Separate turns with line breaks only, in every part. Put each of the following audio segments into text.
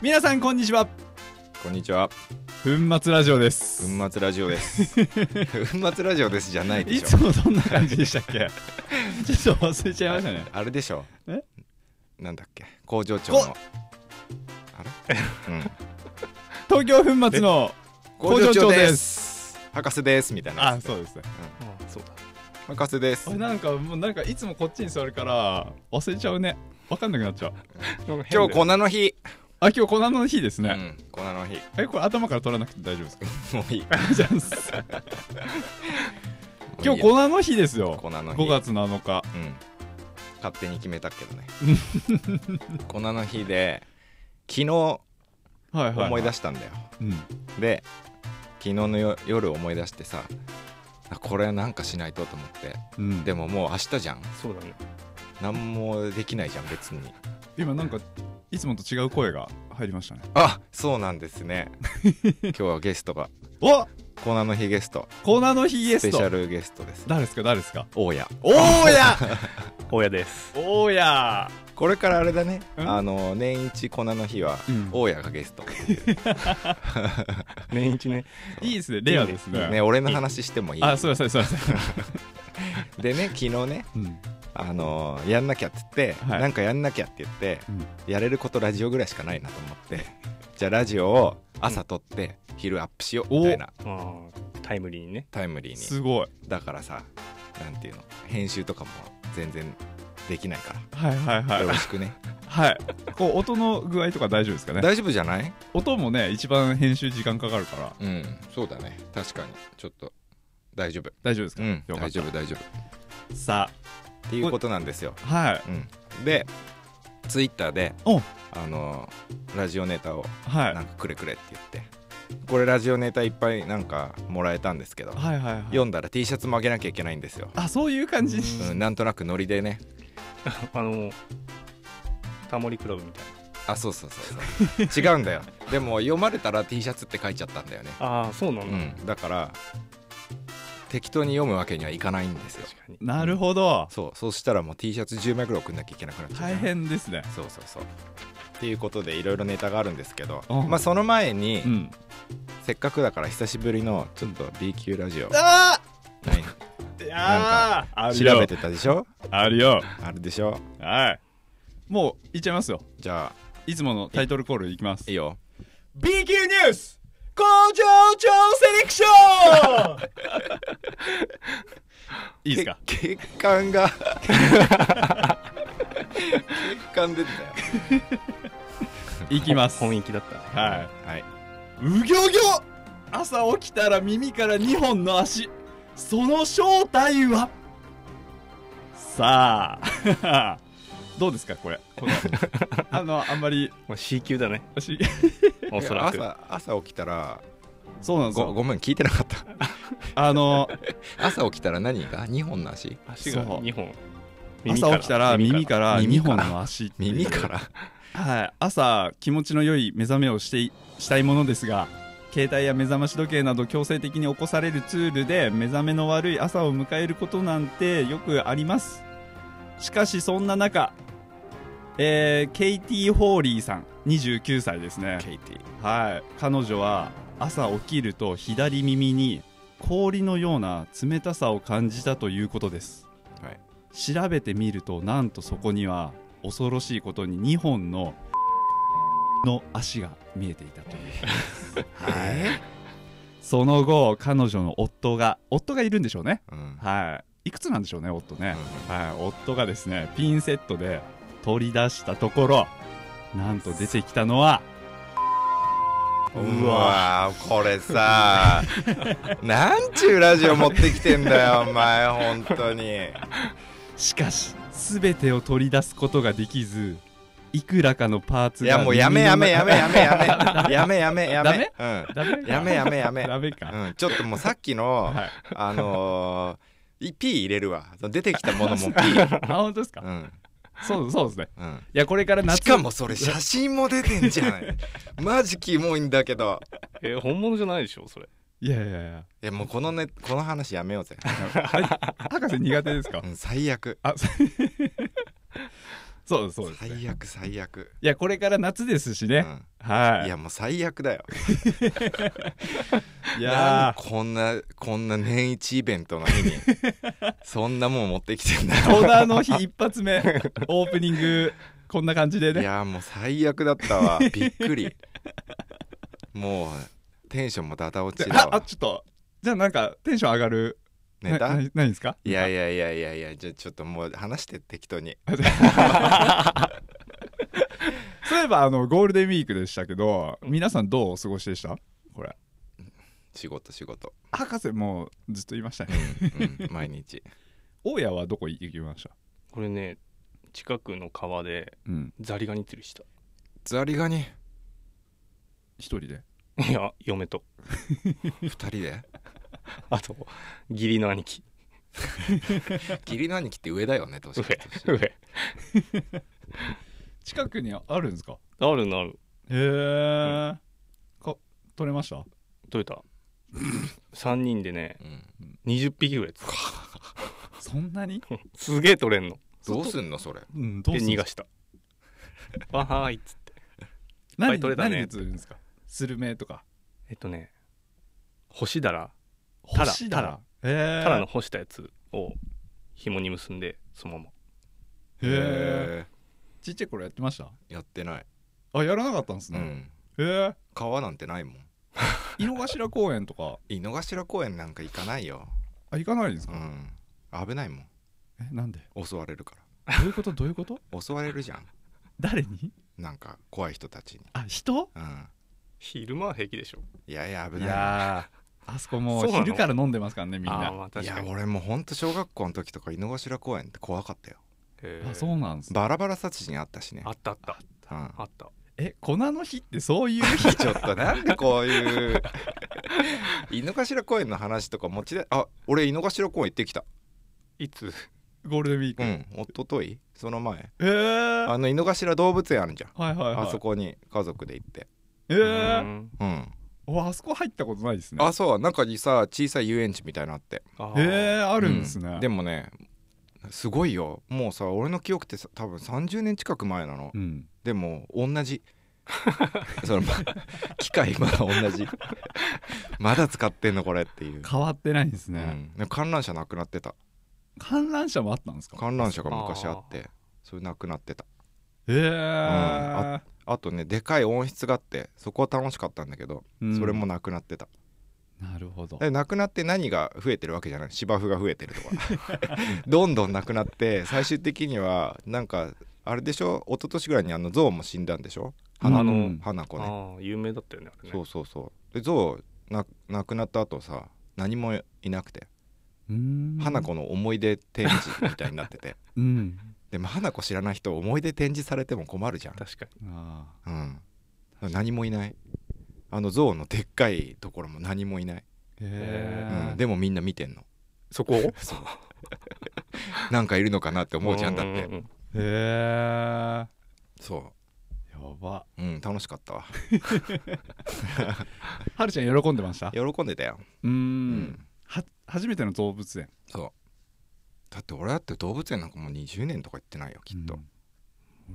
皆さんこんにちは
こんに ちは。
粉末ラジオです
粉末ラジオです。粉末ラジオですじゃないで
い
し
つ
ょ。
もそんな感じでしたっけ ちょっと忘れちゃいましたね
あれでしょ。
え
なんだっけ。工場長の。あれ。うん。
東京粉末の工
工
場
場
長
長
で
です。博士ですみたいなやつ。
そうですね
そう博士です
あ。なんかもうなんかいつもこっちに座るから忘れちゃうねわかんなくなっちゃう
今日
こ
粉の日。
あ今日粉の日です
う
ね、
ん。粉の日。
えこれ頭から取らなくて大丈夫 ですか
もういい。
じゃあ今日
もういい
粉の日です
や粉
よ
の日。
5。月7日
うん。勝手に決めたけど ね。粉の日で昨日
はいはい、
思い出
し
したんだよ。
うん
で昨日のよ夜思い出してさあこれなんかしないとと思って
うん、
でももう明日じゃん
そうだね。
何もできないじゃん別に
今なんかいつもと違う声が入りましたね
あそうなんですね今日はゲストが
お
コーナーの日ゲスト
粉の日ゲス
スペシャ
ト
ルゲストです
誰ですか誰ですか
大家
おーや
大家です。
おーや
これからあれだね
うん
あの年一コーナーの日は
うん
大家がゲスト、
年一ね。
いいですねレアですね
ね俺の話してもいい
あすいませんすいません、
でね昨日ね
うん、
あのやんなきゃって言って、
はい
なんかやんなきゃって言って、
うん
やれることラジオぐらいしかないなと思ってじゃあラジオを朝撮って昼アップしようみたいな
ああ、タイムリーにね。
タイムリーに
すごい
だからさなんていうの編集とかも全然できないか
はいはいは
ら
い
よろしく ね
はいこう音の具合とか大丈夫ですかね
大丈夫じゃない
音もね一番編集時間かかるから
うんそうだね確かにちょっと大丈夫
大丈夫ですか、
うん
よか
大
っ
丈夫大丈夫
たさ
っていうことなんですよ、
あはい
うん、でツイッターで
お
あのラジオネタを
はい
なんかくれくれって言ってこれラジオネタいっぱいなんかもらえたんですけど
はいはいはい
読んだら T シャツもあげなきゃいけないんですよ、
あそういう感じ
うん、なんとなくノリでね
あの、タモリクラブみたい
あそうそうそうそう違うんだよでも読まれたら T シャツって書いちゃったんだよね、
な。ああ、そうな
うん
だ。
ん、だから適当に読むわけにはいかないんですよ
確かに。
なるほど
そうそうしたらもう T シャツ10枚ぐらい送んなきゃいけなくなっちゃう
大変ですね
そうそうそうっていうことでいろいろネタがあるんですけど、
うん
まあ、その前に、
うん
せっかくだから久しぶりのちょっと B 級 ラジオ、
あ
何
ーい
な
やーあるよ
調べてたでしょ
あるよ
あるでしょ
はいもういっちゃいますよ
じゃあ
いつものタイトルコールいきます
いいよ
B 級ニュース工場長セレクション いいですか
け血管が血管出て
いきます
本域だったね。
たよ
はい
はい、
うぎょぎょ朝起きたら耳から2本の足その正体はさあ どうですかこれこの あのあんまり
まあ、C 級だね。
私
おそらく。
朝朝起きたら
そうなんです
ご
よ
ごめん聞いてなかった
あの
朝起きたら何が2本の足
足が
そう
2本。
朝起きたら
ら。
耳から
耳
2
から
本の足っていう
耳から
はい、朝気持ちの良い目覚めをしていしたいものですが携帯や目覚まし時計など強制的に起こされるツールで目覚めの悪い朝を迎えることなんてよくありますしかしそんな中、えーケイティ・ホーリーさん29歳ですね
ケイティ
はい彼女は朝起きると左耳に氷のような冷たさを感じたということです
はい
調べてみるとなんとそこには恐ろしいことに2本の の足が見えていたという、 はい、その後彼女の夫が夫がいるんでしょうね
うんうん
はいいくつなんでしょうね夫ね、はい、夫がですねピンセットで取り出したところなんと出てきたのは
うわーこ れさなんちゅうラジオ持ってきてんだよお前本当に
しかし全てを取り出すことができずいくらかのパーツ
い
が
やもうやめやめやめやめやめやめやめや
ダ
め
メダメ
うんやめやめやめ
ダメか、
うんちょっともうさっきの
はい
あのー、い P 入れるわ出てきたも のも P
あ本当ですか、
うん
そうそうですね
うん
いやこれから夏
しかもそれ写真も出てんじゃない マジキモいんだけど
え、本物じゃないでしょ、それ。
いやいやいや
いやもうこのねこの話やめようぜ、
あれ博士苦手ですか
うん、最悪
あそそうですそうです、ね、
最悪最悪、
いやこれから夏ですし
う
ね、
ん、
はい
いやもう最悪だよ
い
なん
や
でこんなこんな年一イベントの日 にそんなもん持ってきてんだ
ー戸田の日一発目オープニングこんな感じで
い
ね
やもう最悪だっ たわびっくりもうテンションもダダ落ちだ
ああ
わ
ちょっとじゃあなんかテンション上がる
ネタ
ななないですか
いやいやいやいやいやじゃあちょっともう話して適当に
そういえばあのゴールデンウィークでしたけど皆さんどうお過ごしでしたこれ
仕事仕事、
博士もうずっと言いましたね
うん、毎日
大家はどこ行きました
これね近くの川で
うん
ザリガニ釣りした
ザリガニ
一人で
いや嫁と
2人で
あと義理の兄貴
義理の兄貴って上だよね年
上
年
上
近くにあるんですか
あるなる
へえ、か取れました
取れた3人でね
うん、
20匹ぐらい釣っ
そんなに
たすげえ取れんの
どうすんのそれ
うんど
で逃が
し
したわはーいっつって
何
いっぱい取れたね
何で釣るんですかスルメとか
えっとね干しだらタラ
星だらへえ
タラの干したやつを紐に結んでそのまま
へえちっちゃい頃やってました
えやってない、
あやらなかったんです
う
ね、
ん、
へえ
川なんてないもん
井の頭公園とか
井の頭公園なんか行かないよ、
あ行かないんです
う
か、
ん、危ないも
えなんで
ん襲われるか
どういうことどういうこと
ら襲われるじゃん
誰に
なんか怖い人たちに、
あ人
うん、
昼間は平気でしょ
いやいや危
い
ない
やーあそこもう
そうなの
昼から飲んでますからねみん
あ
な
ーまあ
い
確か
や
に
俺もうほんと小学校の時とか井の頭公園って怖かったよ
へー
あそうなんですね
バラバラ殺人あったしね
あったあった
うん
あった
え粉の日ってそういう日
ちょっとなんでこういう井の頭公園の話とか持ちであ俺井の頭公園行ってきた
いつ
ゴールデンウィーク、
う
へ
ん一昨日その前
えー、
あの井の頭動物園あるじゃん
はいはいはい
あそこに家族で行って
え
えー、
うん
おあそこ入ったことないですね
あそう中にさ小さい遊園地みたいなのあって
えー、あるんですね、
でもねすごいよもうさ俺の記憶ってさ多分30年近く前なの
うん、
でも同じ そのま機械まだ同 じまだ使ってんのこれっていう、
変わってないんです
う
ね、
んでも観覧車なくなってた
観覧車もあったんですか
観覧車が昔あってそれなくなってた
えー
ああとねでかい温室があってそこは楽しかったんだけど、
うん
それもなくなってた
なるほど
でなくなって何が増えてるわけじゃない芝生が増えてるとか どんどんなくなって最終的にはなんかあれでしょ一昨年ぐらいにあの象も死んだんでしょ
花の
うん
花
あ
子ね
ー有名だったよねあれね
そうそうそうで象な亡くなった後さ何もいなくて、
うーん
花子の思い出展示みたいになってて
うん
でも花子知らない人思い出展示されても困るじゃん、
確かに
あ
うん、何もいないあの象のでっかいところも何もいない、
ーへえ、
うん、でもみんな見てんの
そこ
なんかいるのかなって思うじゃんだって、
うんうんうん
へえ
そ
やば
ううん楽しかったわ
はるちゃん喜んでました
喜んでたよ、
うーん
うん
は初めての動物園
そうだって俺だって動物園なんかもう20年とか行ってないよきっと、
うん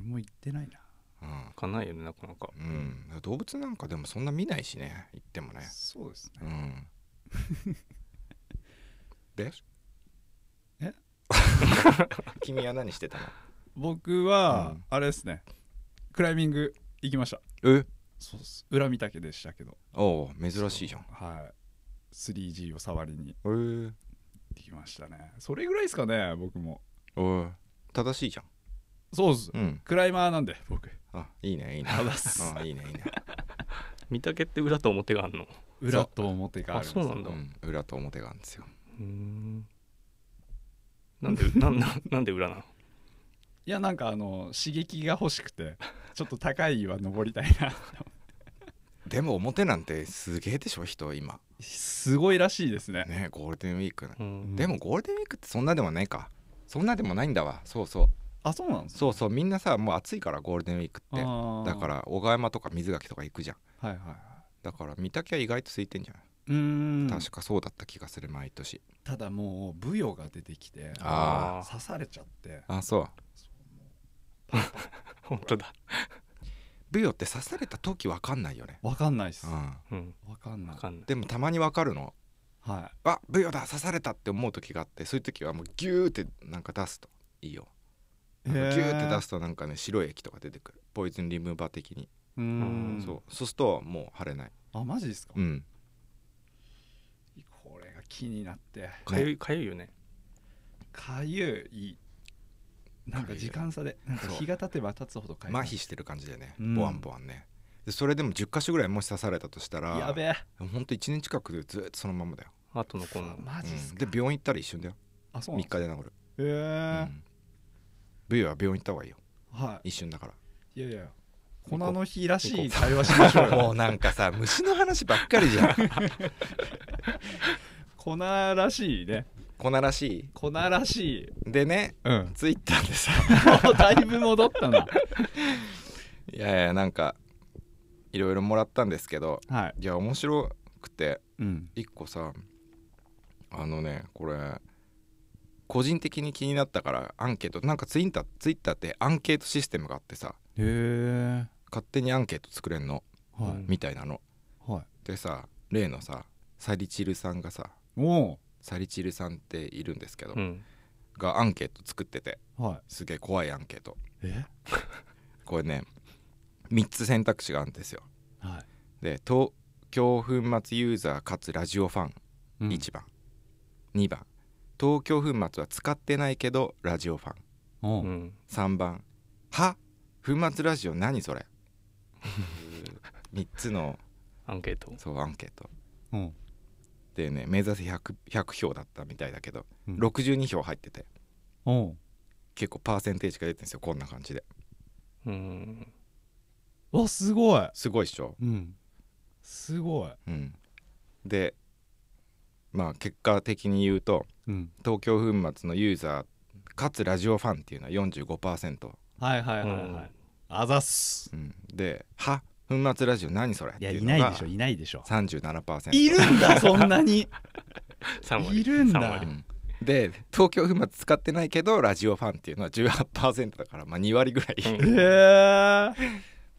俺も行ってないな
うん
行かないよねなかなか
うん、動物なんかでもそんな見ないしね行ってもね
そうです
う
ね
んで
え
君は何してた
僕は、
うん
あれですねクライミング行きました
のえ
そうっす裏見たけでしたけど
おう珍しいじゃんへ
はい 3G を触りに
え
行ってきましたねそれぐらいですかね僕も
おい正しいじゃん
そうです
うん
クライマーなんで僕
あいいねいいね
あざっす
あいいねいいね
見たけって裏と表があんの
裏と表があ
あ
るんです
そうなん
う
だ
ん裏と表があるんですよ
うんなんでなんなんなんで裏なの
いやなんかあの刺激が欲しくてちょっと高い岩登りたい な
でも表なんてすげえでしょ人今
すごいらしいですね
ねゴールデンウィーク
うん
でもゴールデンウィークってそんなでもないかそんなでもないんだわそうそう
あそうなんです
そうそうみんなさもう暑いからゴールデンウィークってだ
だ
から小川山とか水垣とか行くじゃん
はいはいはい
だから御嶽は意外と空いてんじゃない、
うーん
確かそうだった気がする毎年
ただもうブヨが出てきて
あ
ー
刺されちゃって
あそう
本当だ
ブヨって刺された時わかんないよね、
わかんないっす
う
わ
ん、
うん
かんない
わかんない
でもたまにわかるの
は
あブヨだ刺されたって思う時があってそういう時はもうギューってなんか出すといいよ
い
ギューって出
す
すとなんかね白い液とか出てくるポイズンリムーバー的に、
うー
うん
そうそうするともう腫れない、
あマジですか
うん、
これが気になって
かゆいかゆいよね
かゆいなんか時間差でなんか
そう
日が経てば経つほどかゆい
麻痺してる感じでね
うん
ボワンボワンね、でそれでも10箇所ぐらいもし刺されたとしたら
やべえ
ほんと1年近くずっとそのままだよ、
後のこの
マジっ
う
す
ん
か
で病院行ったら一瞬だよ
あそう
3
なんです
日で治る
へえ
うんブヨは病院行った方がいいよ
は
一瞬だか
いいやいや粉
行こう
の日らしい会話しまし ょう
ら
よ
もうなんかさ虫の話ばっかりじゃ ん
粉らしいね
粉らし
粉らしい
いでね
うん
ツイッターでさ
もうだいぶ戻ったな
いやいやなんかいろいろもらったんですけど
はい
いや面白くて
うん
一個さあのねこれ個人的に気になったからアンケートなんかツイッターツイッターってアンケートシステムがあってさ
へえ
勝手にアンケート作れんの
は
みたいなの
いはい
でさ例のさサリチルさんがさ
お
サリチルさんっているんですけど、
うん
がアンケート作ってて
おはい
すげえ怖いアンケート
え
これね3つ選択肢があるんですよ
はい
で東京粉末ユーザーかつラジオファン
うん
1番、2番東京粉末は使ってないけどラジオファン
お
う
うん
3番は粉末ラジオ何それ3つの
アンケート
そうアンケート
うん
でね目指せ 100, 100票だったみたいだけど、
うん
62票入ってて
おう
結構パーセンテージが出てるんですよこんな感じで
うん
わすごい
すごいっしょ、
うんすごい
うん、でまあ結果的に言うと
うん
東京粉末のユーザーかつラジオファンっていうのは45%、
はいはいはいはい、
うん
あざっす
うん、で「は粉末ラジオ何それ?」っ
い
て
や
い
いう
の
ない
が
でしょいないでしょ
37%
いるん だそんなに
3割
いるんだ
3
う
割
んで東京粉末使ってないけどラジオファンっていうのは18%だからまあ2割ぐらい
うん
えー、
っ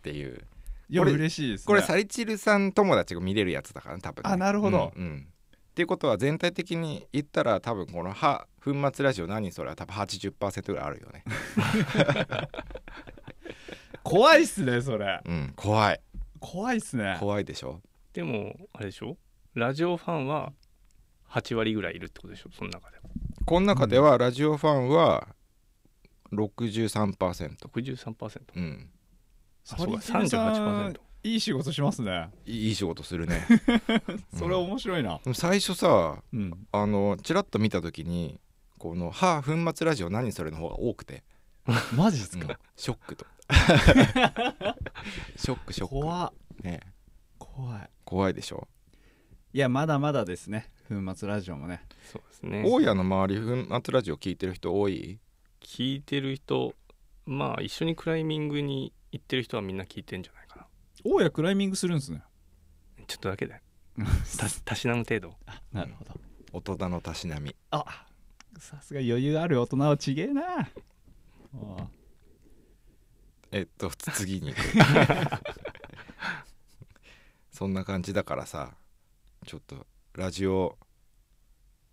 ていう
いや
これ
嬉しいですね
これサリチルさん友達が見れるやつだからね多分ね
あなるほど
うんうんっていうことは全体的に言ったら多分この「は粉末ラジオ何それ?」は多分80%ぐらいあるよね
怖いっすねそれ
うん怖い
怖いっすね
怖いでしょ
でもあれでしょラジオファンは8割ぐらいいるってことでしょその中で
この中ではラジオファンは63%、
63%
うん、
あそうか
サリチルさん
38%
いい仕事しますね
いいい仕事する ね
それ面白いな
でも最初さ
うん、
あのチラッと見た時にこの「はあ粉末ラジオ何それ」の方が多くて、
マジっす
うん
か、
ショッ クとショックショック
怖っ
ね
怖い
怖いでしょ
いやまだまだですね粉末ラジオもね
そうですね
大家の周り粉末ラジオ聞いてる人多い
聞いてる人まあ一緒にクライミングに行ってる人はみんな聞いてんじゃないかな
大家クライミングするんですね
ちょっとだけでたたしなむ程度
あ なるほど
大人のたしなみ
あさすが余裕ある大人はちげえなあ
えっとつ次に行くそんな感じだからさちょっとラジオ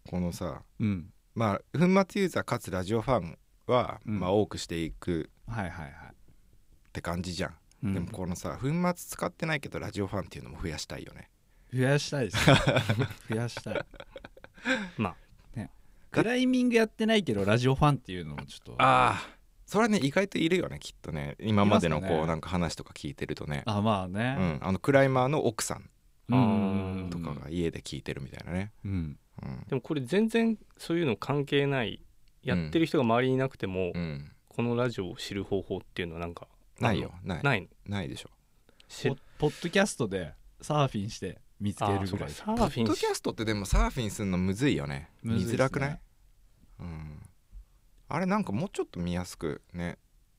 このさ
うん
まあ粉末ユーザーかつラジオファンは、
うん
まあ多くしていく
はいはいはい
って感じじゃん、
うん
でもこのさ粉末使ってないけどラジオファンっていうのも増やしたいよね
増やしたい です増やしたい
ま
クライミングやってないけどラジオファンっていうのもちょっと
ああそれはね意外といるよねきっとね今までの
いま
こ
す
う
よね
なんか話とか聞いてるとね
あまあ
う
ね、
ん、あのクライマーの奥さん
う
うん
ん、
とかが家で聞いてるみたいなね、
うん
うん
あでもこれ全然そういうの関係ないやってる人が周りにいなくても、
うん、
このラジオを知る方法っていうのはなんか
ないよない
ないの
ないでしょ
知
ポ
る
ポッドキャストでサーフィンして見つけ
あー
る
そ
ぐ
う
ら
か
い
サー
ポ
フィ
ッ
ン
ド
し
キャストってでもサーフィンするのむずいよね
むずいっすね
見づらくない、うん、あれなんかもうちょっと見やすくね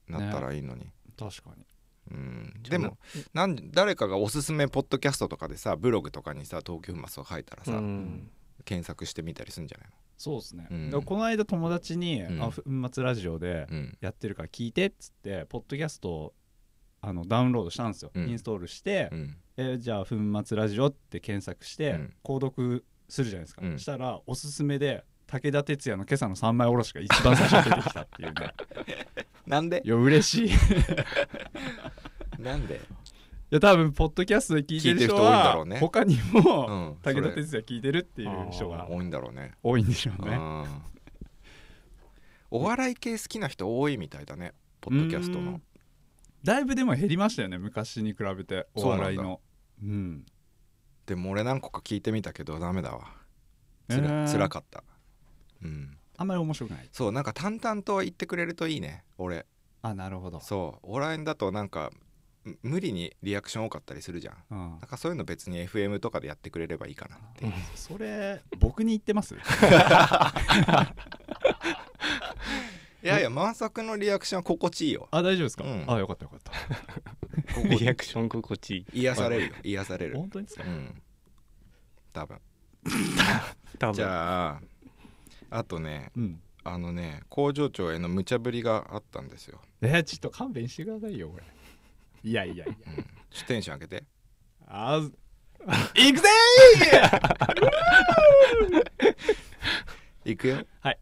なったらいいのに、
確かに
うん、
じゃ
で
あ
もなん誰かがおすすめポッドキャストとかでさブログとかにさ東京マスを書いたらさ、
うん
検索してみたりするんじゃない
そうですね、
うん
だからこの間友達に「
うん
あ粉末ラジオで
うん
やってるから聞いて」っつってポッドキャストをあのダウンロードしたんですよ、
うん
インストールして、
うん
えーじゃあ「粉末ラジオ」って検索して、
うん
購読するじゃないですか、
うん
したらおすすめで武田鉄矢の今朝の三枚おろしが一番最初に出てきたっていう ね
なんで
いや嬉しいい
なんで
や多分ポッドキャストで聞いてる人
聞いてる人多いんだろ
は
うね
他にも、
うんそれ
武田鉄矢聞いてるっていう人が
多いんだろうね
多いんでしょう
う
ね
んお笑い系好きな人多いみたいだねポッドキャスト
う
の
んだいぶでも減りましたよね昔に比べてお笑いのうん
でも俺何個か聞いてみたけどダメだわつ
え
ら
ー
辛かったうん
あんまり面白くない
そうなんか淡々と言ってくれるといいね俺
あなるほど
そうお笑いだとなんかむ無理にリアクション多かったりするじゃん
うん
なんかそういうの別に FM とかでやってくれればいいかなって
あそれ僕に言ってます
いやいや満作のリアクションは心地いいよ
あ大丈夫ですか、
うん
あよかったよかった
リアクション心地いい
癒されるよ癒される
本当にです
う
か、
ん多分
多分
じゃああとね
うん、
あのね工場長への無茶ぶりがあったんですよ、
えーちょっと勘弁してくださいよこれいやいやいや
うん、ちょっとテンション上げて
あーいくぜ
いくよ
はい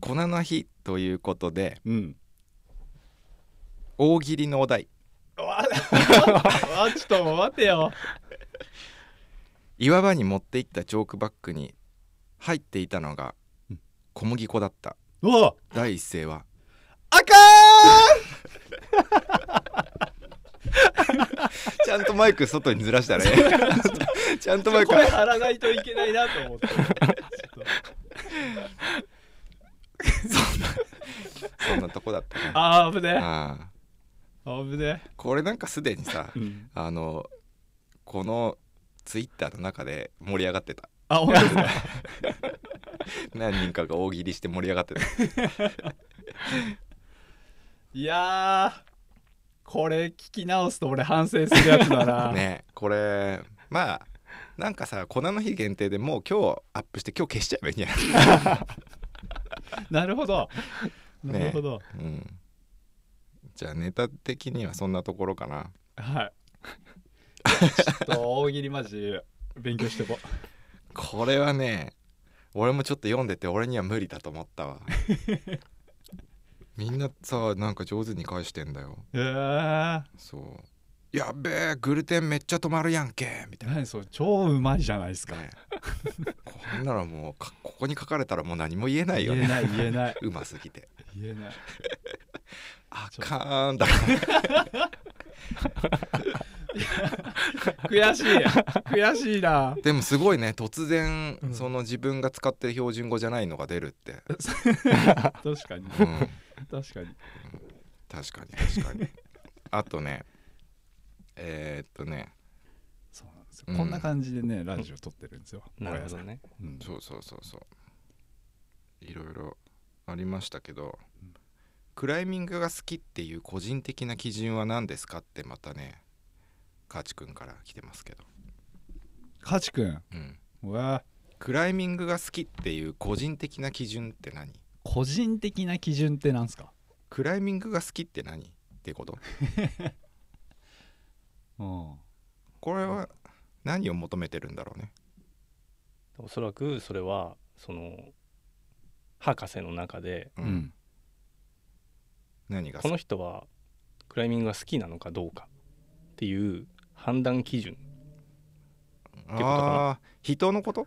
粉の日ということで
ーうん
大喜利のお題
わわちょっと待って よ
岩場に持っていったジョークバッグに入っていたのが
うん
小麦粉だった
うわ
第一声は
あか
ちゃんとマイク外にずらし たねちゃんとマ
ーん
イク
声張らないといけないなと思ってちょっと
そんなとこだったね
あー危ね
あ
あ危ね
あこれなんかすでにさ
うん
あのこのツイッターの中で盛り上がってた
あ本当ですか
何人かが大喜利して盛り上がってた
いやーこれ聞き直すと俺反省するやつだな、
ねこれまあなんかさ粉の日限定でもう今日アップして今日消しちゃえばいいんじゃない、
なるほど
ね
なるほど、
うん、じゃあネタ的にはそんなところかな
はいちょっと大喜利マジ勉強してこう
これはね俺もちょっと読んでて俺には無理だと思ったわみんなさなんか上手に返してんだよ
えー、
そう「やっべえグルテンめっちゃ止まるやんけ」みたいな、
何それ超うまいじゃないですか
ね、こんならもうかここに書かれたらもう何も言えないよ
言え
ね
ない言えないう
ますぎて
言えない
あ
そう
かーんだ
悔しい悔しいな
でもすごいね突然、
うん
その自分が使ってる標準語じゃないのが出るって、
確かに
うん、
確かに
確かに確かにあとねえー、っとね
そうなんですよ、
うん
こんな感じでねラジオ撮ってるんですよ
なるほどね
大家さんうん
そうそうそうそういろいろありましたけど、クライミングが好きっていう個人的な基準は何ですかってまたねカチ君から来てますけど、
カチ君
うん、
うわ
クライミングが好きっていう個人的な基準って何
個人的な基準ってなんすか
クライミングが好きって何ってこと
うん
これは何を求めてるんだろうね
おそらくそれはその博士の中で
う
うんん
何が
この人はクライミングが好きなのかどうかっていう判断基準
あ
ってことかな
あー人のこと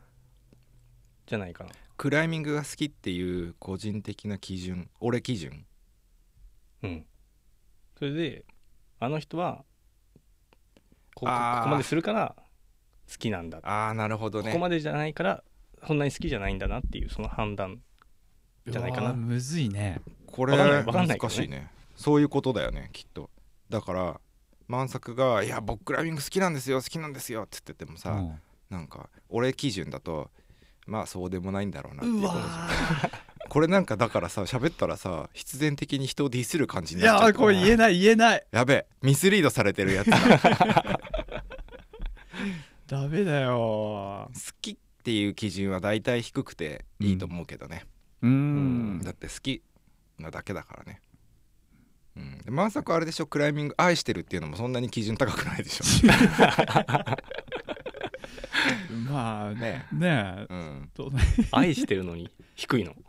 じゃないかな
クライミングが好きっていう個人的な基準俺基準
うんそれであの人はこここ
あー
こまでするから好きなんだ、
ああなるほど
こ
ね
こまでじゃないからそんなに好きじゃないんだなっていうその判断じゃないかな
うわーむずいね
これ
わかんないわかんないけど
難
ね
しいねそういうことだよねきっとだから満作が「いや僕クライミング好きなんですよ好きなんですよ」って言っててもさ、
うん
なんか俺基準だとまあそうでもないんだろうなっていう
う
こ
わ
とじゃん
ー
これなんかだからさ喋ったらさ必然的に人をディスる感じ
い
になっちゃ
や
う
ーこれ言えない言えない
やべえミスリードされ てるやつだ好
ダメだよ
きっっていう基準は大体低くていいと思うけどね、
う
うん
だって好きなだけだからねうん、でまさかあれでしょクライミング愛してるっていうのもそんなに基準高くな いでしょ
まあね
ね
え
え、うん
どう
愛してるのに低いの
うん、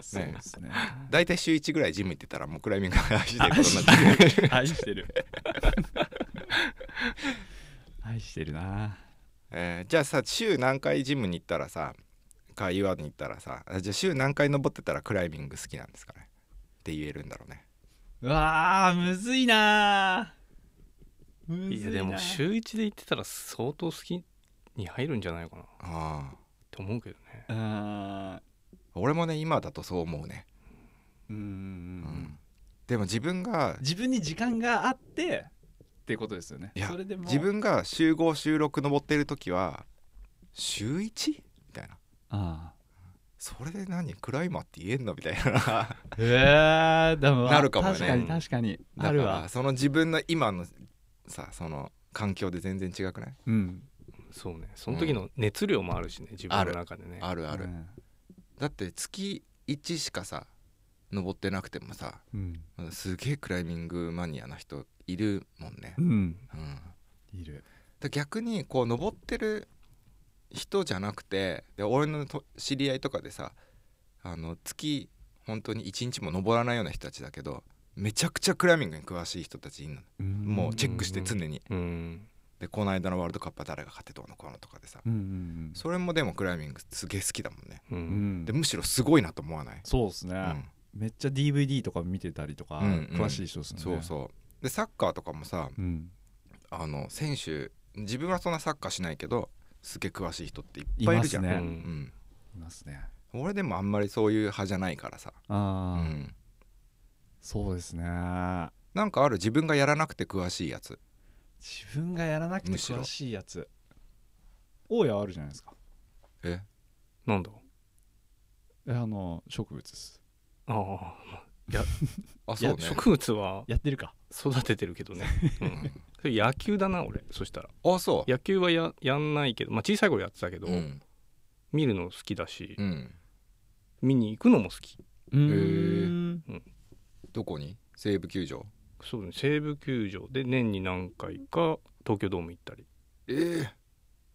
そうですね
大体週1ぐらいジム行ってたらもうクライミング愛してることになってる
愛してる愛してるな
えーじゃあさ週何回ジムに行ったらさか岩に行ったらさあじゃあ週何回登ってたらクライミング好きなんですかねって言えるんだろうね
うわあむずいなむず
いやでも週1で行ってたら相当好きに入るんじゃないかなっ
ああ
て思うけどね
あ
俺もね今だとそう思うね、
ーう
うん
ん
でも自分が
自分に時間があってってことですよね
いや
それでも
自分が週5週6登ってる時は週 1? みたいな
あ
それで何クライマーって言えんのみたい な
ーえーでも
なるかもね
確かに確かにある
だか
わ
らその自分の今のさその環境で全然違くない
うん
そうねその時の熱量もあるしね自分の中でね
あるある、
うん
だって月1しかさ登ってなくてもさ
うん、
すげえクライミングマニアな人いるもんね
う、ん、
うん、
いる
で逆にこう登ってる人じゃなくてで俺のと知り合いとかでさあの月本当に1日も登らないような人たちだけどめちゃくちゃクライミングに詳しい人たちいんのもうチェックして常に
うん
でこの間のワールドカップは誰が勝ってどうのこうのとかでさ
うんうん
それもでもクライミングすげえ好きだもんね
う
うんん
でむしろすごいなと思わない、
そうですね、
うん、
めっちゃ DVD とか見てたりとか、
うんうん
詳しい人ですよね
そうそうでサッカーとかもさ
う、うん、
あの選手自分はそんなサッカーしないけどすげえ詳しい人ってい
い
っぱいい
ま
るじ
す
ゃん、
ね、
うん
いますね
うん、俺でもあんまりそういう派じゃないからさ、う
ああ、
ん、
そうですね
なんかある自分がやらなくて詳しいやつ
自分がやらなくて
むしろ
詳しいやつ大家あるじゃないですか
え
なんだ
えあの植物です
ああ
あそうね
いや植物は
やってるか
育ててるけどね、 う、
うんん
それ野球だな俺そしたら
あそう
野球はややんないけど、まあ、小さい頃やってたけど、
うん、
見るの好きだし、
うん、
見に行くのも好き
うーん
どこに西武球場
そうね西武球場で年に何回か東京ドーム行ったり
えー、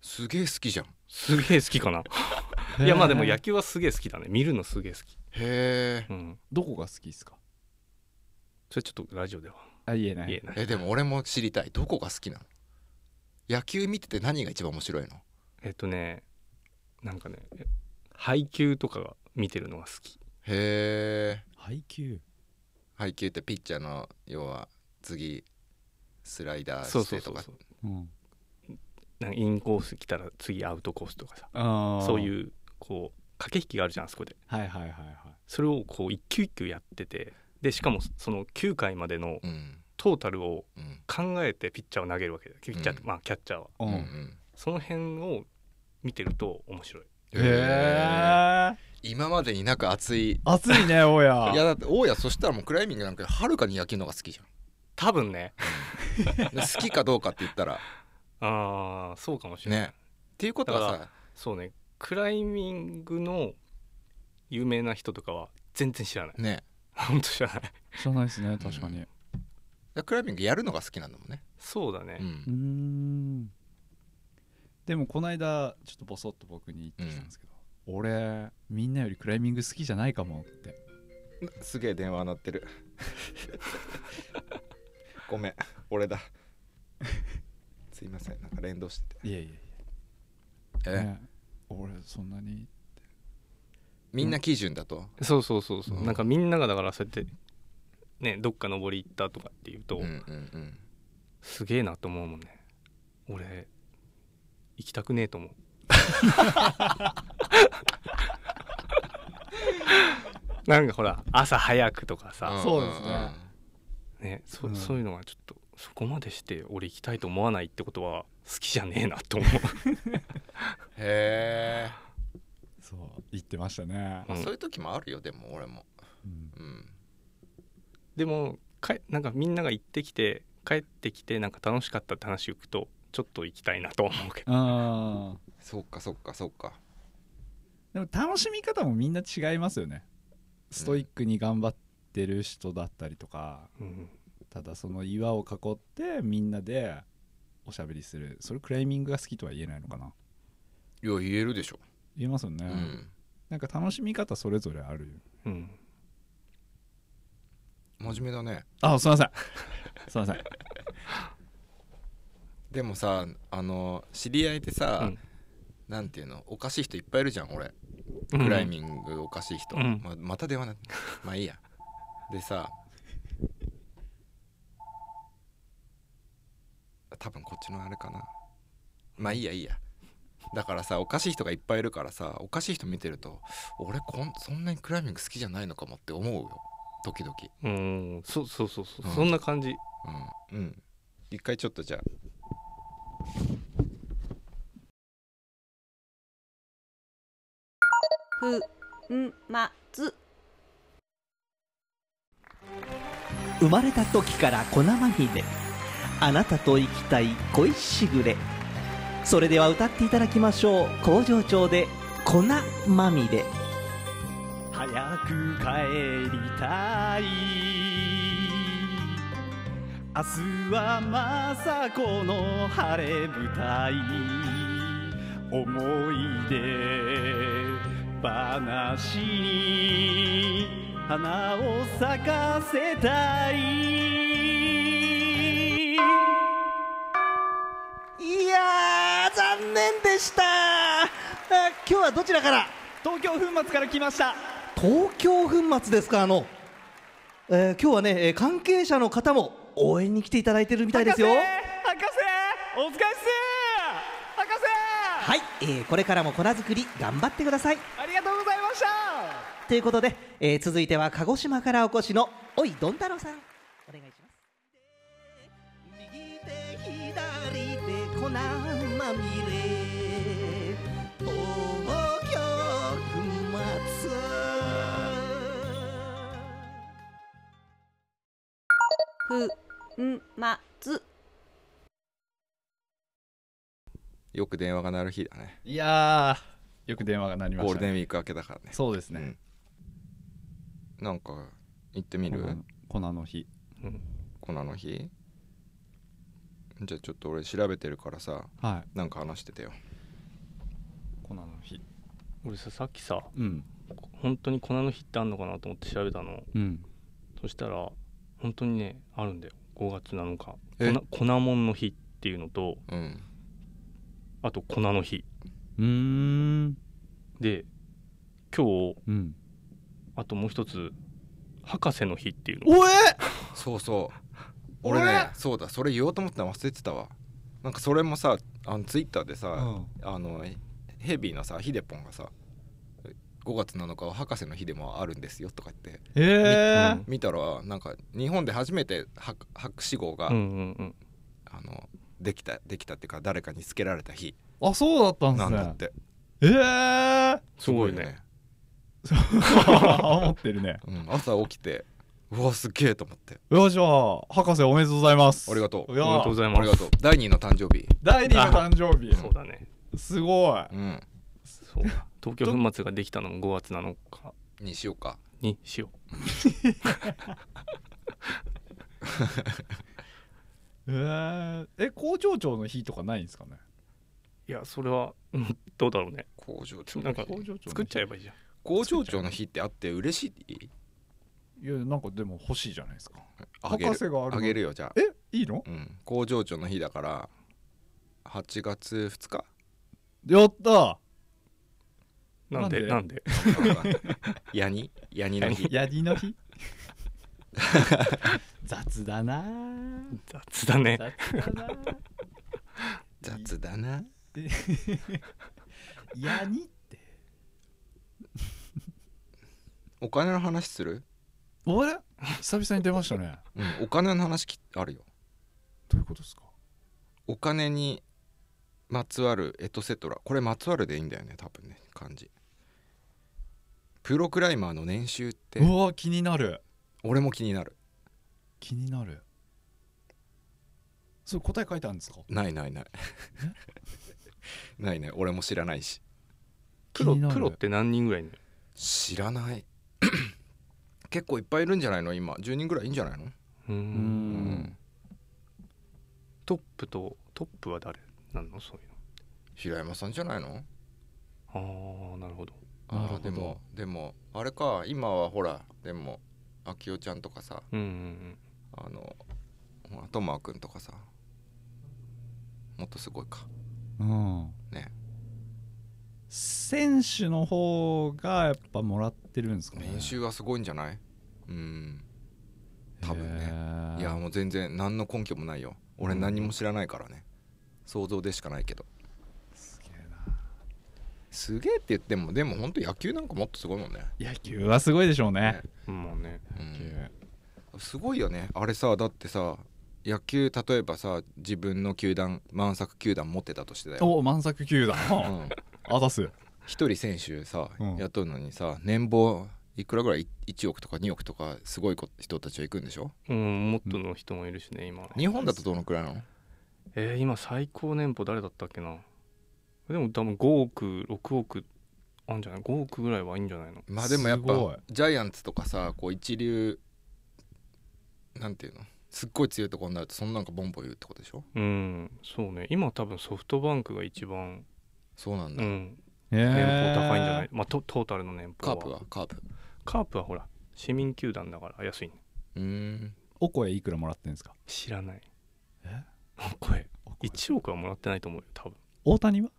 すげえ好きじゃん
すげえ好き かないやまあでも野球はすげえ好きだね見るのすげえ好き、
へえ
うん、
どこが好きですか
それちょっとラジオでは
あ言えない
言えない
えでも俺も知りたいどこが好きなの野球見てて何が一番面白いの
えっとねなんかね配球とかが見てるのが好き
へえ
配球
配球ってピッチャーの要は次スライダー
そう
し
そう
て
そ
と
う
か
そう
うん
なんかインコース来たら次アウトコースとかさ
あ
そう
う
いうこう駆け引きがあるじゃんあそこで
はいはいはいはい
それをこう一球一球やっててでしかもその9回までの
うん
トータルを
うん
考えてピッチャーを投げるわけだよピッチャーって、
うん
まあキャッチャーは
う
うんんう
へ
ん
その辺を見てると面白い
え
え
今までになく熱いい
熱いね大
や
家
だって大家そしたらもうクライミングなんかはるかに野球の方が好き じ
多分ね
ゃんで好きかどうかって言った ら
ああそうかもしれない、
ねっていうことは
だ
さ
そうねクライミングの有名な人とかは全然知らない
ね
本当知らない
知らないですね確かに
クライミングやるのが好きなんだもんね、
そうだね、
うん
うーんでもこの間ちょっとボソッと僕に言ってきたんですけど、俺みんなよりクライミング好きじゃないかもって
すげえ電話鳴ってる ごめん俺 だすいませんなんか連動してて
いやいやいや、ね俺そんなに
みんな基準だと、
そうそうそうそう、
うん
なんかみんながだからそうやってねどっか登り行ったとかっていうと、
うんうんうん
すげえなと思うもんね俺行きたくねえと思うなんかほら朝早くとかさ、
そうですね
ねそ
うん
そういうのはちょっとそこまでして俺行きたいと思わないってことは好きじゃねえなと思
へえ、
そう言ってましたね
まあ
うん
そういう時もあるよでも俺も
うん
うん
うでもかえなんかみんなが行ってきて帰ってきてなんか楽しかったって話を聞くとちょっと行きたいなと思うけど
あー
そっかそっかそっか
でも楽しみ方もみんな違いますよねストイックに頑張ってる人だったりとか、
うん
ただその岩を囲ってみんなでおしゃべりするそれクライミングが好きとは言えないのかない
や言えるでしょ、
言えますよね、
うん
なんか楽しみ方それぞれある
うん、
真面目だね
あすいませんすいません
でもさあの知り合いでさ、
うん
なんていうのおかしい人いっぱいいるじゃん俺クライミングおかしい人、
うん
ままた電話なまあいいやでさ多分こっちのあれかなまあいいやいいやだからさおかしい人がいっぱいいるからさおかしい人見てると俺こんそんなにクライミング好きじゃないのかもって思うよ時々
うん、そうそうそうそう、
うん
そんな感じ
うんうん一回ちょっとじゃあ
ふんまつ
生まれた時から粉まみれあなたと生きたい恋しぐれそれでは歌っていただきましょう工場長で粉まみれ早く帰りたい明日はまさこの晴れ舞台思い出話に花を咲かせたいいやー残念でしたあ今日はどちらから
東京粉末から来ました
東京粉末ですかあの、えー今日はねえー関係者の方も応援に来ていただいてるみたいですよ
博士お疲れっす博士
はい、えーこれからも粉作り頑張ってください
ありがとうございました
ということで、えー続いては鹿児島からお越しのおいどんたろうさんお願いします右手左手粉まみれ東京
ふんまつ
よく電話が鳴る日だね
いやーよく電話が鳴りま
ゴー
し
ル
た
デ
ね
ンウィーク明けだからね
そうですね、
うん、なんか行ってみる、
粉の日
粉の日じゃあちょっと俺調べてるからさ
はい
なんか話しててよ
粉の日
俺ささっきさ
うん
本当に粉の日ってあんのかなと思って調べたの
うん
そしたら本当にねあるんだよ5月7日
え
粉粉もんの日っていうのと
うん
あと粉の日
うーん
で今日
うん
あともう一つ博士の日っていうの
おえ
そうそう俺ねそうだそれ言おうと思ったの忘れてたわなんかそれもさあのツイッターでさ、あのヘビーなさヒデポンがさ5月7日は博士の日でもあるんですよとか言って
えー
見たらなんか日本で初めて博博士号が、
うんうんうん
あのできたできたっていうか誰かにつけられた日
あそうだったんで
な
す
んだ
ね
って
ええ
すごいね
ー、 思ってるね
うん、朝起きてうわすげえと思って
よいしょ博士おめでとうございます
ありがとう
や
おめでとうござい
あ
ま
り
す
がとう第2の誕生日
第二の誕生日
そうだね
すごい
うん
そうだ東京粉末ができたのも5月7日
にしようか
にしよ
えー、え校長長の日とかないんですかね
ういやそれはうんどうだろうね
工場長
なんか
工場長
作っちゃえばいいじゃん
工場長の日ってあって嬉しい
いやなんかでも欲しいじゃないですか
あげる
博士があるの
あげるよじゃあ、
えいいの
うん、工場長の日だから8月2日
やった
なんで
な
なんで
ヤニヤニの日
ヤニの日雑だな
雑だね
雑だな
雑だな
ヤニって
お金の話する、
あれ久々に出ましたね
うん、お金の話きあるよ
どういうことですか
お金にまつわるエトセトラこれまつわるでいいんだよね多分ね漢字プロクライマーの年収って
うわ気になる
俺も気になる
気になるそれ答え書いてあるんですか
ないないない ないね俺も知らないし
プロ
気になる
プロって何人ぐらいいんの
知らない 結構いっぱいいるんじゃないの今10人ぐらいいんじゃないの
う
うん
うん
トップとトップは誰なのそういう
平山さんじゃないの
のああなるほど
あ
なるほ
ー
ど
でもでもあれか今はほらでも秋代ちゃんとかさ
うんうん
あのほらトマー君とかさもっとすごいか
うん
ね
選手の方がやっぱもらってるんですかね
練習はすごいんじゃないうん多分ね
へー
いやもう全然何の根拠もないよ俺何も知らないからね、想像でしかないけど
すげえ
すげえって言ってもでも本当野球なんかもっとすごいもんね、
な野球はすごいでしょうね
ね
うんもうね
う
野
ん
球
すごいよねあれさだってさ野球例えばさ自分の球団満作球団持ってたとしてだよ、
お満作球団
うん、
あ ざす
一人選手さ、
うん
雇うのにさ年俸いくらぐらい1億とか2億とかすごい子人たちは行くんでしょ
うんもっとの人もいるしね今
日本だとどのくらいなの
えー、今最高年俸誰だったっけなでも多分5億6億あんじゃない5億ぐらいはいいんじゃないの
まあでもやっ
すごい
ぱジャイアンツとかさこう一流なんていうのすっごい強いところになるとそんなんかボンボン言うってことでしょ
うんそうね今多分ソフトバンクが一番、
そうなん
う
だ、
ん、
年
年俸高いんじゃない、まあ、トトータルの年俸
カ
は
ープはカープ
カープはほら市民球団だから安いね
うーん
お声いくらもらってるんですか
知らない
え
これ1億はもらってないと思うよ多分
大谷は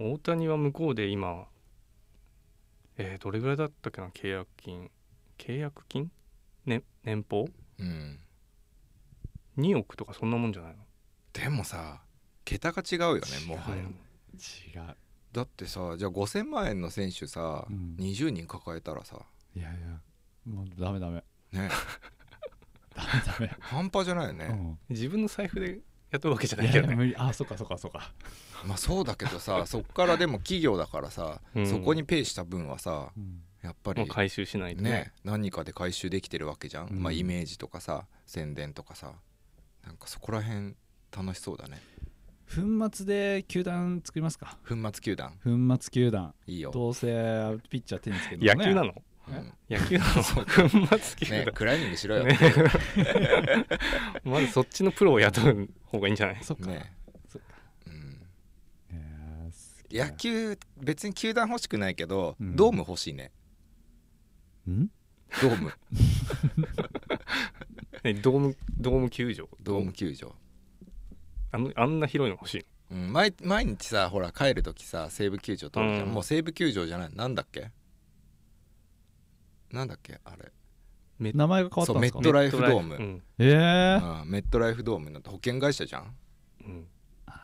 大谷は向こうで今えー、どれぐらいだったっけな契約金契約金、ね、年俸
うん
2億とかそんなもんじゃないの
でもさ桁が違うよねもは
う
や
ん
違う
だってさじゃあ5000万円の選手さ、
うん
20人抱えたらさ
いやいやもうダメダメ
ね
ダメ
半端じゃないよ
ダメ、
ね、
自分の財布で雇うわけじゃ
うん、
ないい
や
け
い
ど
や
ね
無理あそっかそっかそっか
まあそうだけ どさそっからでも企業だからさ、
うん
そこにペイした分はさ
うん
やっぱ
も
り
う回収しないとね
ね何かで回収できてるわけじゃん、
うん
まあイメージとかさ宣伝とかさなんかそこら辺楽しそうだね
粉末で球団作りますか
粉末球団
粉末球団
いいよ、
どうせピッチャー手につける
野球なの
うん
野球なの
そう
粉末球
ね
団
クライミングしろ よ、
ねまずそっちのプロを雇う方がいいんじゃない
そっか、
ね
そっか
うん
えーすげえ
野球別に球団欲しくないけど、
うん
ドーム欲しいね
ん
ド ーム
ねドームドーム球場
ドーム球場
あのあんな広いの欲しい
うん、毎毎日さほら帰る時さ西武球場通るじゃん、
うん
もう西武球場じゃないなんだっけなんだっけあれ
名前が変わった
そう
で
んメ
すか
ットライフドー
う
ム
ん、
ええー
うんメットライフドームになって保険会社じゃん
うん、
な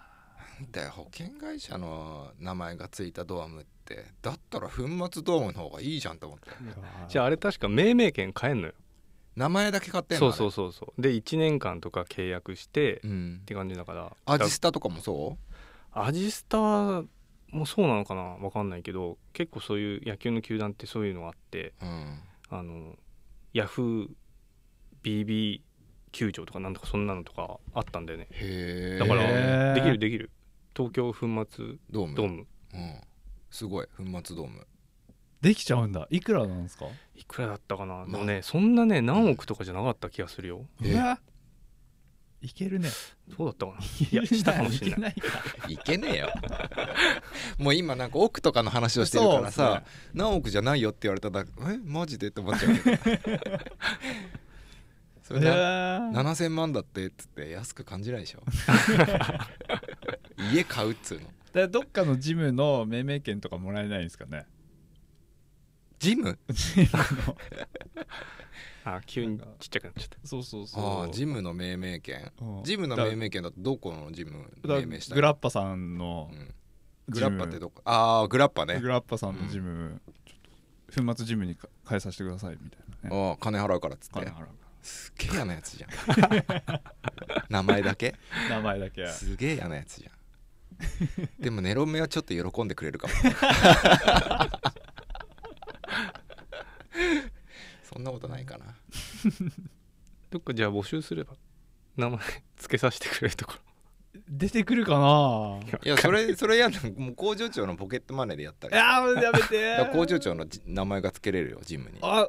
んだよ保険会社の名前がついたドームってだったら粉末ドームの方がいいじゃんと思って
じゃああれ確か命名権変えんのよ
名前だけ買ってんの
そ
あ
う
れ
そうそうそうで1年間とか契約してっ
うん
て感じだから
ア
だ
ジスタとかもそ
アジスタはもうそうなのかなわかんないけど結構そういう野球の球団ってそういうのがあって
ううん
あのヤフー BB 球場とかなんとかそんなのとかあったんだよね
へえ
だか
へー
らできるできる東京粉末
ドーム
ドーム
うん、すごい粉末ドーム
できちゃうんだいくらなんですか
いくらだったかな、
あ
でもねそんなね何億とかじゃなかった気がするよ
え
うわいけるね
そうだったかないやしたかもしれない
いけない
いけねえよもう今なんか億とかの話をしてるから
そうっす
さ、何億じゃないよって言われたらえマジでって思っちゃうけど それな
か
7000万だってっつって安く感じないで しょ家買うっつうの
えーどっかのジムの命名権とかもらえないんですかね
ジム
ジムの
あ急にちっちゃくなっちゃった
そうそうそう
ああジムの命名権
うん
ジムの命名権だとどこのジム
だ
命名した
グ
の
ラッパさんの
うん
ジ
グ
ム
ラッパってどこああグラッパね
グラッパさんのジム、ちょっと粉末ジムにか変えさせてくださいみたいなね
ああ金払うからっつっ
金
て
払うか
すっげえ嫌なや つじゃん名前だけ
ら名前だけ
すげえ嫌な やつじゃんでもネロメはちょっと喜んでくれるか もそんなことないかな
どっかじゃあ募集すれば名前付けさせてくれるところ
出てくるかない
やそれそれやんのもう工場長のポケットマネーでやった
い
ら
やーやめ
だから
て
工場長のじ名前が付けれるよジムに、
あ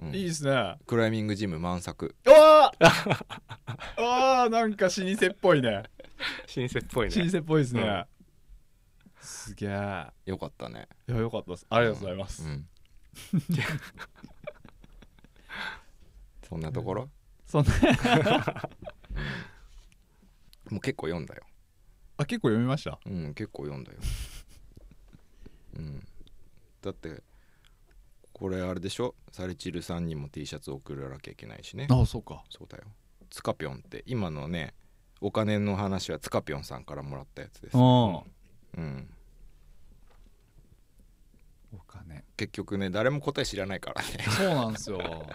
うん
いいですねあ
クライミングジム満作
ああーなんか老舗っぽいね
新鮮っぽい
老
ね
舗っぽいですね、
うん
すげえいや
よかったね
よかったですありがとうございます、
うん、そんなところ
そ んな
もう結構読んだよ
あ結構読みました
うん結構読んだよ うんだってこれあれでしょサリチルさんにも T シャツ送らなきゃいけないしね
ああそうか
そうだよつかぴょんって今のねお金の話はつかぴょんさんからもらったやつです
うんお
うん
金
結局ね誰も答え知らないからね
そうなんですよ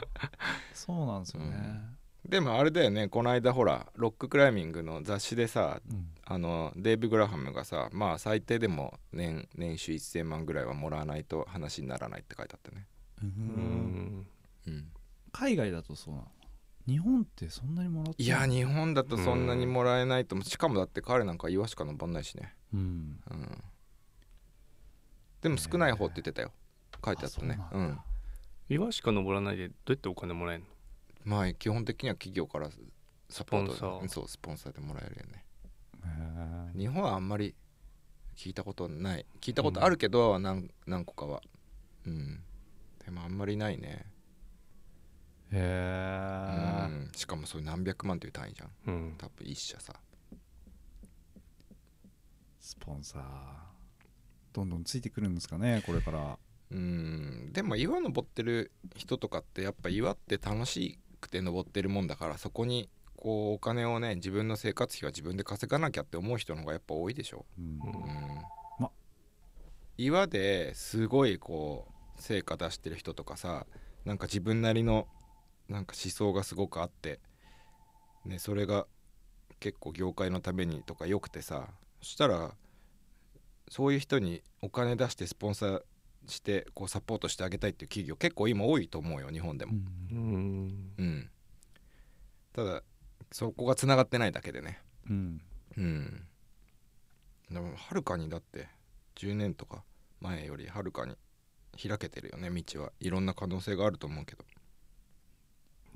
そうなんですよね、
でもあれだよねこの間ほらロッククライミングの雑誌でさ
うん
あのデイブ・グラハムがさまあ最低でも年年収1000万ぐらいはもらわないと話にならないって書いてあってね、
ううん
うん、
海外だとそうなの日本ってそんなにもらって
いや日本だとそんなにもらえないと思うしかもだって彼なんか岩しか登んないしね、
うん
うん、でも少ない方って言ってたよ書いてあったね
あ
う
そうんなんだ
岩しか登らないでどうやってお金もらえるの
まあ基本的には企業からサポー
ス
ト
ポンサー
そうスポンサーでもらえるよね
へえ
日本はあんまり聞いたことない聞いたことあるけど、何何個かはうんでもあんまりないね
へ
う
え
んしかもそれ何百万という単位じゃん
うん
多分一社さ
スポンサーどんどんついてくるんですかねこれから
うんでも岩登ってる人とかってやっぱ岩って楽しくて登ってるもんだからそこにこうお金をね自分の生活費は自分で稼がなきゃって思う人の方がやっぱ多いでしょ
うん
うん
うん
ま
岩ですごいこう成果出してる人とかさなんか自分なりのなんか思想がすごくあって、ね、それが結構業界のためにとかよくてさそしたらそういう人にお金出してスポンサーしてこうサポートしてあげたいっていう企業結構今多いと思うよ日本でも、
うん
うん、ただそこがつながってないだけでね
うん
うんでもはるかにだって10年とか前よりはるかに開けてるよね道はいろんな可能性があると思うけど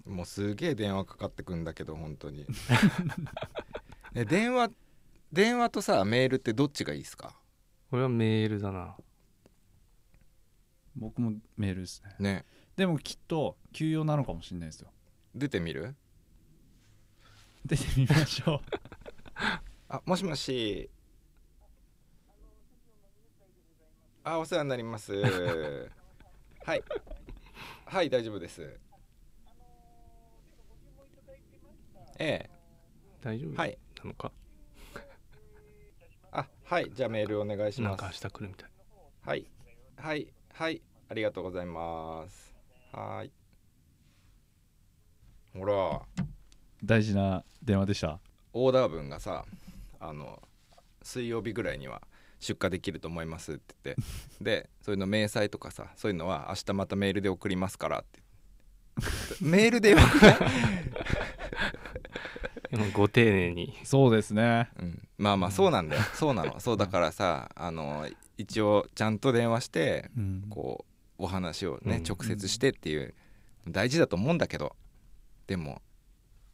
もうすげえ電話かかってくんだけど本当にね電話電話とさメールってどっちがいいですか
これはメールだな
僕もメールですね
ね
でもきっと休養なのかもしれないですよ
出てみる
出てみまし ょう
あもしもしあお世話になります はいはい大丈夫ですえ
大丈
え
夫
は
ないのか
あはいじゃあメールお願いし
なん
ま
か明
す
日来るみたい
はいはいはいありがとうございますはーいほら
大事な電話でした
オーダー分がさあの水曜日ぐらいには出荷できると思いますって言って でそういうの明細とかさそういうのは明日またメールで送りますからってメールでよくない、
でもご丁寧に
そうですね
うん、まあまあそうなんだよそうなのそうだからさあの一応ちゃんと電話して
うん
こうお話をね
うん
直接してっていう大事だと思うんだけどでも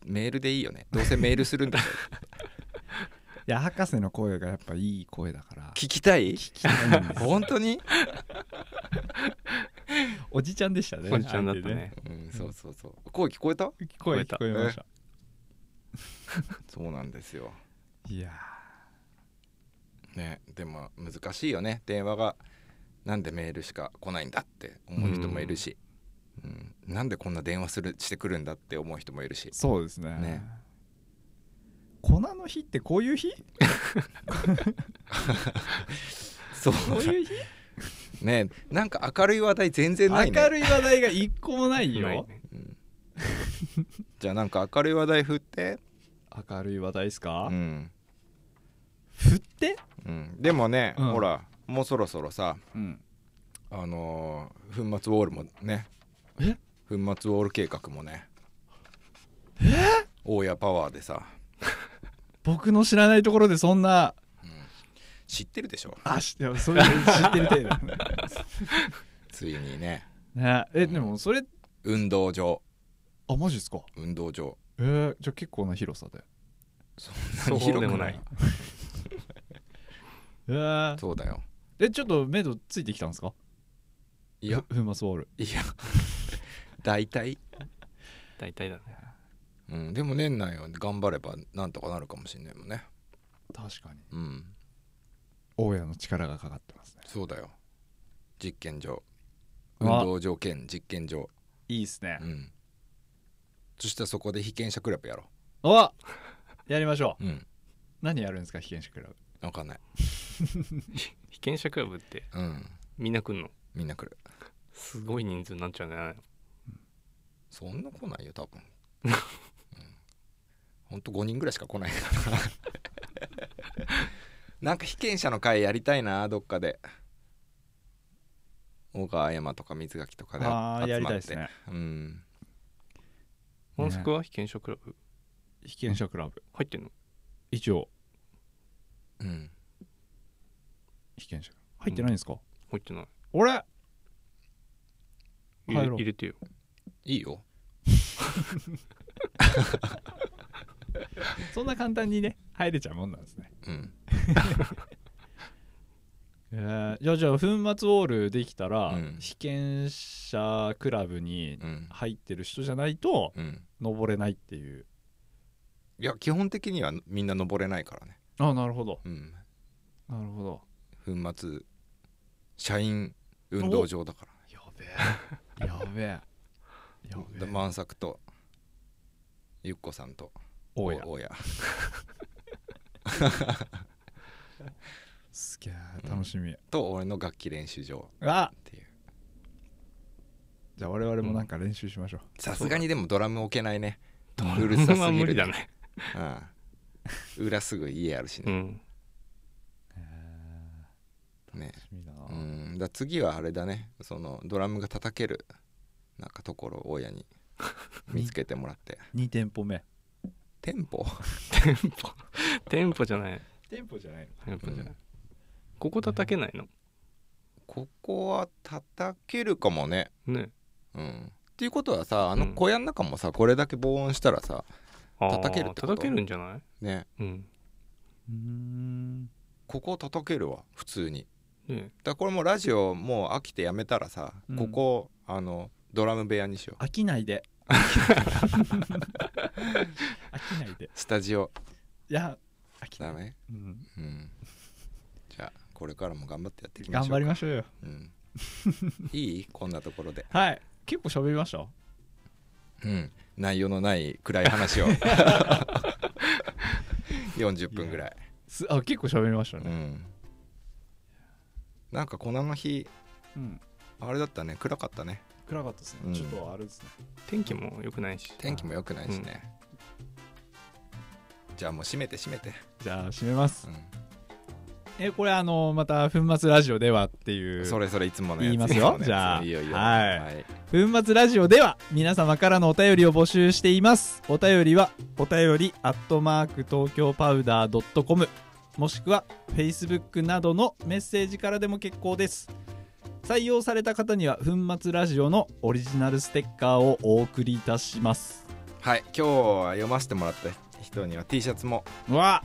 メールでいいよねどうせメールするん だから
いや博士の声がやっぱいい声だ から
聞 きたい
きたいんです
本当に
おじちゃんでしたね
おじちゃんだったね
うん、そうそうそう。声聞こえた？
聞こ
聞こ
え
えた
聞こえました
そうなんですよ。
いや
ね、でも難しいよね。電話がなんでメールしか来ないんだって思う人もいるし、うん、なんでこんな電話するしてくるんだって思う人もいるし
ー。そうですね
ね
粉の日ってこういう日
そう
こ ういう日
ね、なんか明るい話題全然ないね。
明るい話題が一個もないよ
ないね
うんじゃあなんか明るい話題振って。
明るい話題ですか、
うん、
振って、
うん。でもね、
うん
ほらもうそろそろさ、
うん、
あのー粉末ウォールもね
え
粉末ウォール計画もねえ大家パワーでさ
僕の知らないところでそんな
うん知ってるでしょ
あしそ れ知ってる程度
ついにね
ねえでもそれ
運動場
あマジですか
運動場
えー、じゃあ結構な広さで
そうでもない
えー、
そうだよ
えちょっと目処ついてきたんですか
いや
フフーマスボール
いや大体、
大体だね
うん、でも年内は頑張ればなんとかなるかもしれないもんね
確かに
うん
大家の力がかかってますね
そうだよ実験場
あ
運動場兼実験場
いいっすね
うんそしたらそこで被験者クラブやろ
おやりましょう
ううん
何やるんですか被験者クラブ
分かんない
被験者クラブって
うん
みんな来んの
みんな来る
すごい人数になっちゃうんじゃないの
そんな来ないよ多分、うん、ほんと5人ぐらいしか来ない からなんか被験者の会やりたいなどっかで小川山とか水垣とかで集ま
あ
っ
あ
て
やりたいですね
うん
もしくは被験者クラブ
被験者クラブ
入ってんの
一応
うん
被験者入ってないんですか、
入ってない
俺
入れ
入ろう
入れてよ
いいよ
そんな簡単にね入れちゃうもんなんですね
うん
えー、じゃあじゃあ粉末ウォールできたら、
うん
被験者クラブに
うん
入ってる人じゃないと
うん
登れないっていう
いや基本的にはみんな登れないからね
あなるほど
うん
なるほど
粉末社員運動場だか
やべえ やべえやべえ
ら万作とゆっこさんと
おや
大家
すげえ楽しみ、
と俺の楽器練習場
あ
っていう
じゃあ我々もなんか練習しましょう、
さすがにでもドラム置けないねう
うる
るさす ぎ
さ
る
は無理だね
うん裏すぐ家あるし
う
ね,、
ん
ね
楽しみだな、
うんだ次はあれだねそのドラムが叩けるなんかところを大家に見つけてもらって
2店舗目
テンポ
テンポ テンポじゃない
店舗じゃないの
テンポじゃないここ叩けないの
ここは叩けるかもね
ね
うんっていうことはさあの小屋の中もさ、これだけ防音したらさ
あー
叩けるってこと
叩けるんじゃない
ね
うん
うーん
ここ叩けるわ普通に
ね
だからこれもうラジオもう飽きてやめたらさ、
うん
ここあのドラム部屋にしよう
飽きない で飽きないで
スタジオ
いや飽きな
だ
い、
ね
うん、
うんじゃあこれからも頑張ってやっていきまし
頑
ょう
張り
ま
ましょうよ
うん、いいこんなところで、
はい結構喋りました
うん、内容のない暗い話 を40分ぐらい
すあ結構喋りました
う
ね、
んなんかこの日
うん、
あれだったね暗かったね
暗かったですね、
うん
ちょっとあれですね
天気も良くないし
天気も良くないしね、じゃあもう閉めて閉めて、
じゃあ締めます
う
えこれあのまた「粉末ラジオでは」ってい
ん、
う
それそれいつものやつ
言いますよじゃあ
いいよいいよ
はい
い
粉末ラジオでは皆様からのお便りを募集していますお便りはお便りアットマーク東京パウダー .com もしくは Facebook などのメッセージからでも結構です採用された方には粉末ラジオのオリジナルステッカーをお送りいたします
はい、今日は読ませてもらった人には T シャツも
うわ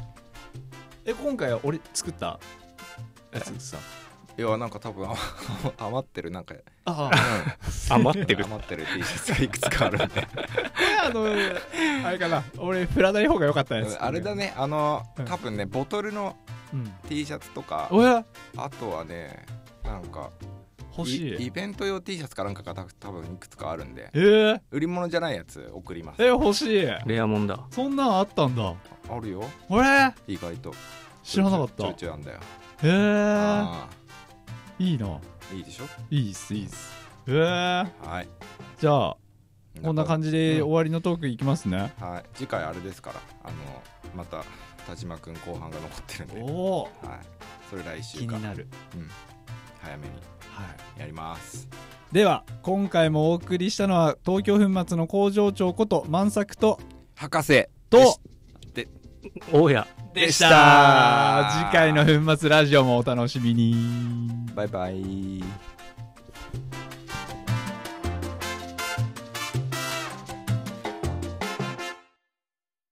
え今回は俺作ったやつさ
いやなんか多分あ 余ってるなんか、
あ
う
あ
ん
余って る
余ってる T シャツがいくつか あるんで
こ れあのあれかな俺振らない方が良かったやつ
あれだねあの
うん
多分ねボトルの
うん
T シャツとか
おや
あとはねなんか
欲しい
イイベント用 T シャツかなんかが多多分いくつかあるんで
えー、
売り物じゃないやつ送ります
え欲しい
レアもんだ
そんなんあったんだ
あるよ
俺
意外と
知らなかっ
ち
た
ょ
へ
いちょいあんだよ
えー、
あ
いいな
ーいいでしょ
いいっすいいっすえー、
はい
じゃあこんな感
じ
じで
うん
終わりのトークいきますね、
はい次回あれですからあのまた田島くん後半が残ってるんで
おお
はい、それ来週か
なる
うん、早めに
はい
やります
では今回もお送りしたのは東京粉末の工場長こと万作と
博士
と
で
大家
で
したー
次回の粉末ラジオもお楽しみに。
バイバイ